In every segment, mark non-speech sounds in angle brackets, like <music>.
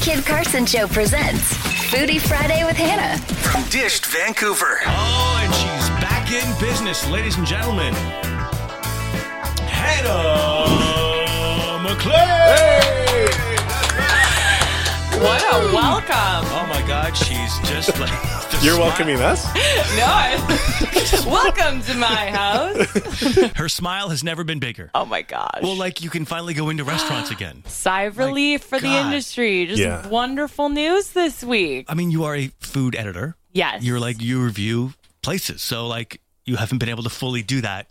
Kid Carson Show presents Foodie Friday with Hannah. From Dished Vancouver. Oh, and she's back in business, ladies and gentlemen. Hannah McClay. What a welcome. Oh my God, she's just <laughs> like the You're smile- welcoming us? No, I- <laughs> welcome to my house. Her smile has never been bigger. Oh my gosh. Well, like you can finally go into <gasps> restaurants again. Sigh of relief for the God. industry. Just Yeah. wonderful news this week. I mean, you are a food editor. Yes. You're like you review places, so like you haven't been able to fully do that.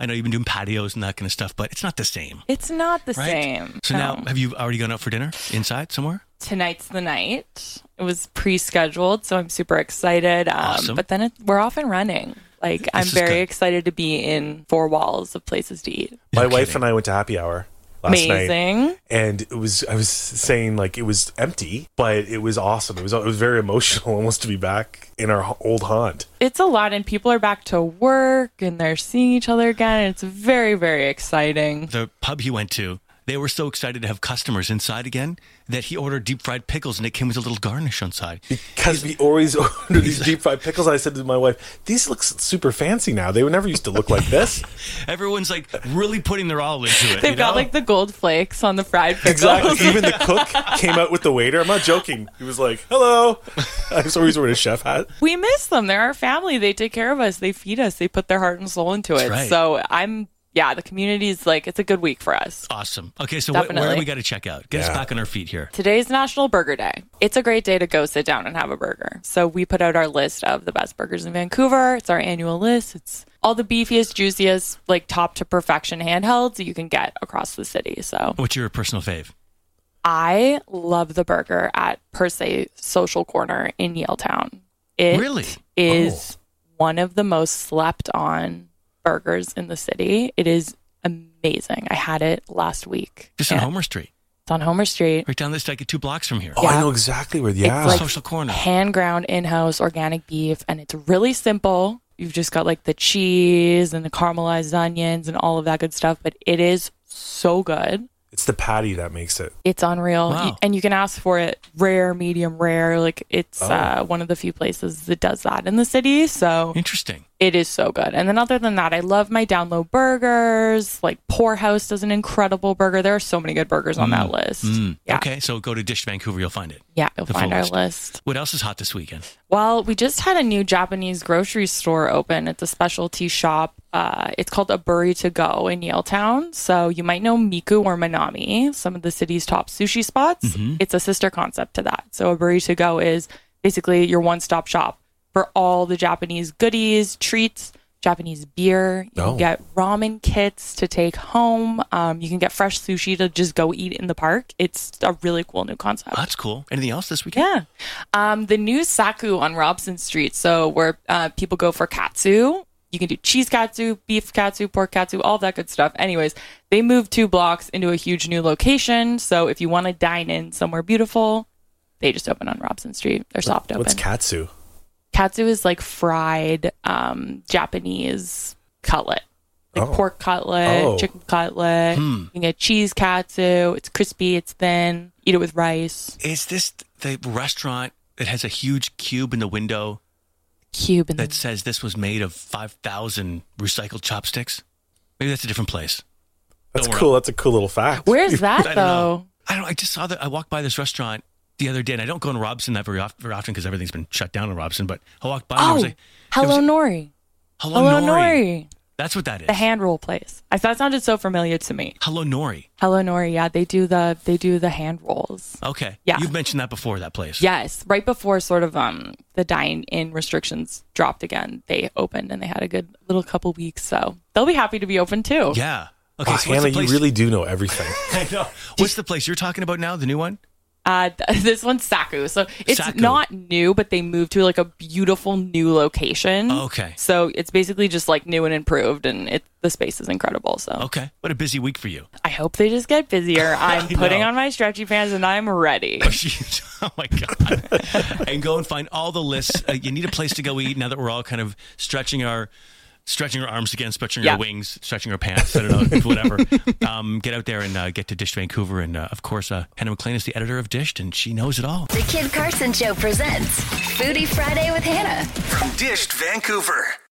I know you've been doing patios and that kind of stuff, but it's not the same. It's not the Right? same. So now, No. have you already gone out for dinner inside somewhere? tonight's the night. It was pre-scheduled, so I'm super excited. Um, Awesome. But then it, we're off and running. Like I'm is very good. excited to be in four walls of places to eat. My wife kidding. and I went to happy hour last night, Amazing. and it was I was saying like it was empty, but it was awesome. It was it was very emotional <laughs> almost to be back in our h- old haunt. It's a lot, and people are back to work, and they're seeing each other again. And it's very, very exciting. the pub he went to, they were so excited to have customers inside again that he ordered deep fried pickles and it came with a little garnish on side. Because we always <laughs> order these deep fried pickles. I said to my wife, "These look s- super fancy now. They would never used to look like <laughs> this." Everyone's like really putting their all into it. <laughs> They've you got know? like the gold flakes on the fried pickles. <laughs> Exactly. Even the cook came out with the waiter. I'm not joking. He was like, "Hello." <laughs> I was always wearing a chef hat. We miss them. They're our family. They take care of us. They feed us. They put their heart and soul into it. right. So I'm, yeah, the community is like, it's a good week for us. awesome. Okay, so wh- where Definitely. do we got to check out? Get us Yeah. back on our feet here. Today's National Burger Day. It's a great day to go sit down and have a burger. So we put out our list of the best burgers in Vancouver. It's our annual list. It's all the beefiest, juiciest, like top to perfection handhelds that you can get across the city. So What's your personal fave? I love the burger at Per Se Social Corner in Yale Town. It Really? Oh. is one of the most slept on burgers in the city. It is amazing. I had it last week. Just on Yeah. Homer Street, It's on Homer Street. right down this like two blocks from here. Oh, I know exactly where. Yeah. like- Social corner. Hand ground in house organic beef, and it's really simple. You've just got like the cheese and the caramelized onions and all of that good stuff, but it is so good. it's the patty that makes it. It's unreal. Wow. You- and you can ask for it rare, medium rare. Like Oh. it's uh, one of the few places that does that in the city. So Interesting. it is so good. And then other than that, I love my down low burgers. Like Poorhouse does an incredible burger. There are so many good burgers on that list. Mm. Yeah. Okay, so go to Dish Vancouver, you'll find it. Yeah, you'll The find full our list. list. What else is hot this weekend? Well, we just had a new Japanese grocery store open. It's a specialty shop. Uh, it's called A Aburi to Go in Yale Town. So you might know Miku or Manami, some of the city's top sushi spots. It's a sister concept to that. So A Aburi to Go is basically your one stop shop for all the Japanese goodies, treats, Japanese beer. You Oh. can get ramen kits to take home. Um, you can get fresh sushi to just go eat in the park. It's a really cool new concept. Oh, that's cool. Anything else this weekend? Yeah. Um, the new Saku on Robson Street. So where uh, people go for katsu. You can do cheese katsu, beef katsu, pork katsu, all that good stuff. Anyways, they moved two blocks into a huge new location. So if you want to dine in somewhere beautiful, they just open on Robson Street. They're soft open. What's katsu? katsu is like fried um, Japanese cutlet. Like Oh. pork cutlet, Oh. Hmm. chicken cutlet. You can get cheese katsu. It's crispy, it's thin. Eat it with rice. Is this the restaurant that has a huge cube in the window Cube in the that says this was made of 5,000 recycled chopsticks? Maybe that's a different place. That's Don't worry. cool. That's a cool little fact. <laughs> Where's <laughs> that I don't know. though? I don't. I just saw that. I walked by this restaurant the other day, and I don't go in Robson that very, of, very often because everything's been shut down in Robson. But I walked by. and there Oh, was a, Hello there was Nori. a- hello, Hello Nori. Nori. That's what that is. The hand roll place. I that sounded so familiar to me. hello Nori. Hello Nori. Yeah, they do the they do the hand rolls. Okay. Yeah. You've mentioned that before. That place. Yes, right before sort of um the dine in restrictions dropped again, they opened and they had a good little couple weeks. So they'll be happy to be open too. Yeah. Okay. Wow, so what's Oh, Hannah, the you place? really do know everything. I know. What's the place you're talking about now? The new one? Uh, th- <laughs> this one's Saku, so it's Saku. not new, but they moved to like a beautiful new location. Okay. So it's basically just like new and improved, and it the space is incredible. So Okay. What a busy week for you. I hope they just get busier. I'm know. putting on my stretchy pants and I'm ready. Jeez. <laughs> oh my <laughs> god! and go and find all the lists. Uh, you need a place to go eat now that we're all kind of stretching our stretching her arms again, stretching Yeah. her wings, stretching her pants. I don't know, <laughs> whatever. Um, get out there and uh, get to Dish Vancouver. And uh, of course, uh, Hannah McLean is the editor of Dish, and she knows it all. The Kid Carson Show presents Foodie Friday with Hannah. From Dished Vancouver.